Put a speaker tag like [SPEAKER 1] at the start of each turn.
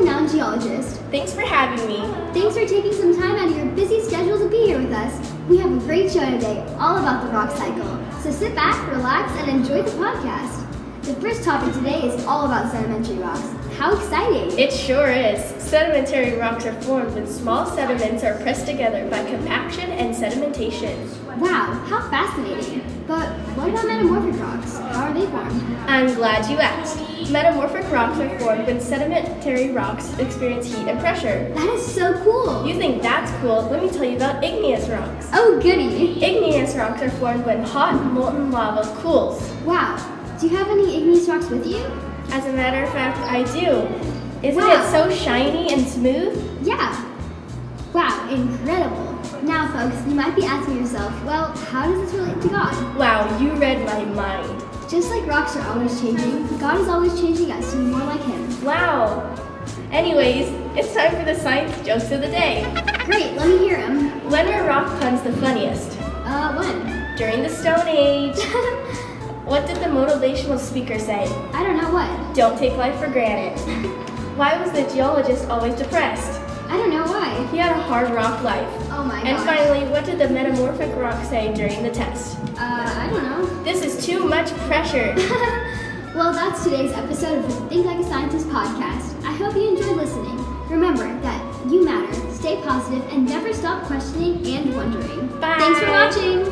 [SPEAKER 1] geologist.
[SPEAKER 2] Thanks for having me.
[SPEAKER 1] Thanks for taking some time out of your busy schedule to be here with us. We have a great show today, all about the rock cycle. So sit back, relax, and enjoy the podcast. The first topic today is all about sedimentary rocks. How exciting!
[SPEAKER 2] It sure is. Sedimentary rocks are formed when small sediments are pressed together by compaction and sedimentation.
[SPEAKER 1] Wow, how fascinating! But what about metamorphic rocks? How are they formed?
[SPEAKER 2] I'm glad you asked. Metamorphic rocks are formed when sedimentary rocks experience heat and pressure.
[SPEAKER 1] That is so cool!
[SPEAKER 2] You think that's cool? Let me tell you about igneous rocks.
[SPEAKER 1] Oh, goody!
[SPEAKER 2] Igneous rocks are formed when hot molten lava cools.
[SPEAKER 1] Wow! Do you have any igneous rocks with you?
[SPEAKER 2] As a matter of fact, I do. Isn't
[SPEAKER 1] Wow.
[SPEAKER 2] it so shiny and smooth?
[SPEAKER 1] Yeah! Wow, incredible! Now, folks, you might be asking yourself, well, how does this relate to God?
[SPEAKER 2] Wow, you read my mind.
[SPEAKER 1] Just like rocks are always changing, God is always changing us to be more like Him.
[SPEAKER 2] Wow. Anyways, it's time for the science jokes of the day.
[SPEAKER 1] Great, let me hear Him.
[SPEAKER 2] When were rock puns the funniest?
[SPEAKER 1] Uh, when?
[SPEAKER 2] During the Stone Age. What did the motivational speaker say?
[SPEAKER 1] I don't know what.
[SPEAKER 2] Don't take life for granted. Why was the geologist always depressed?
[SPEAKER 1] I don't know why.
[SPEAKER 2] He had a hard rock life.
[SPEAKER 1] Oh my
[SPEAKER 2] And
[SPEAKER 1] gosh.
[SPEAKER 2] finally, what did the metamorphic rock say during the test?
[SPEAKER 1] uh, I don't know.
[SPEAKER 2] This is too much pressure.
[SPEAKER 1] well, that's today's episode of the Think Like a Scientist podcast. I hope you enjoyed listening. Remember that you matter, stay positive, and never stop questioning and wondering.
[SPEAKER 2] Bye.
[SPEAKER 1] Thanks for watching.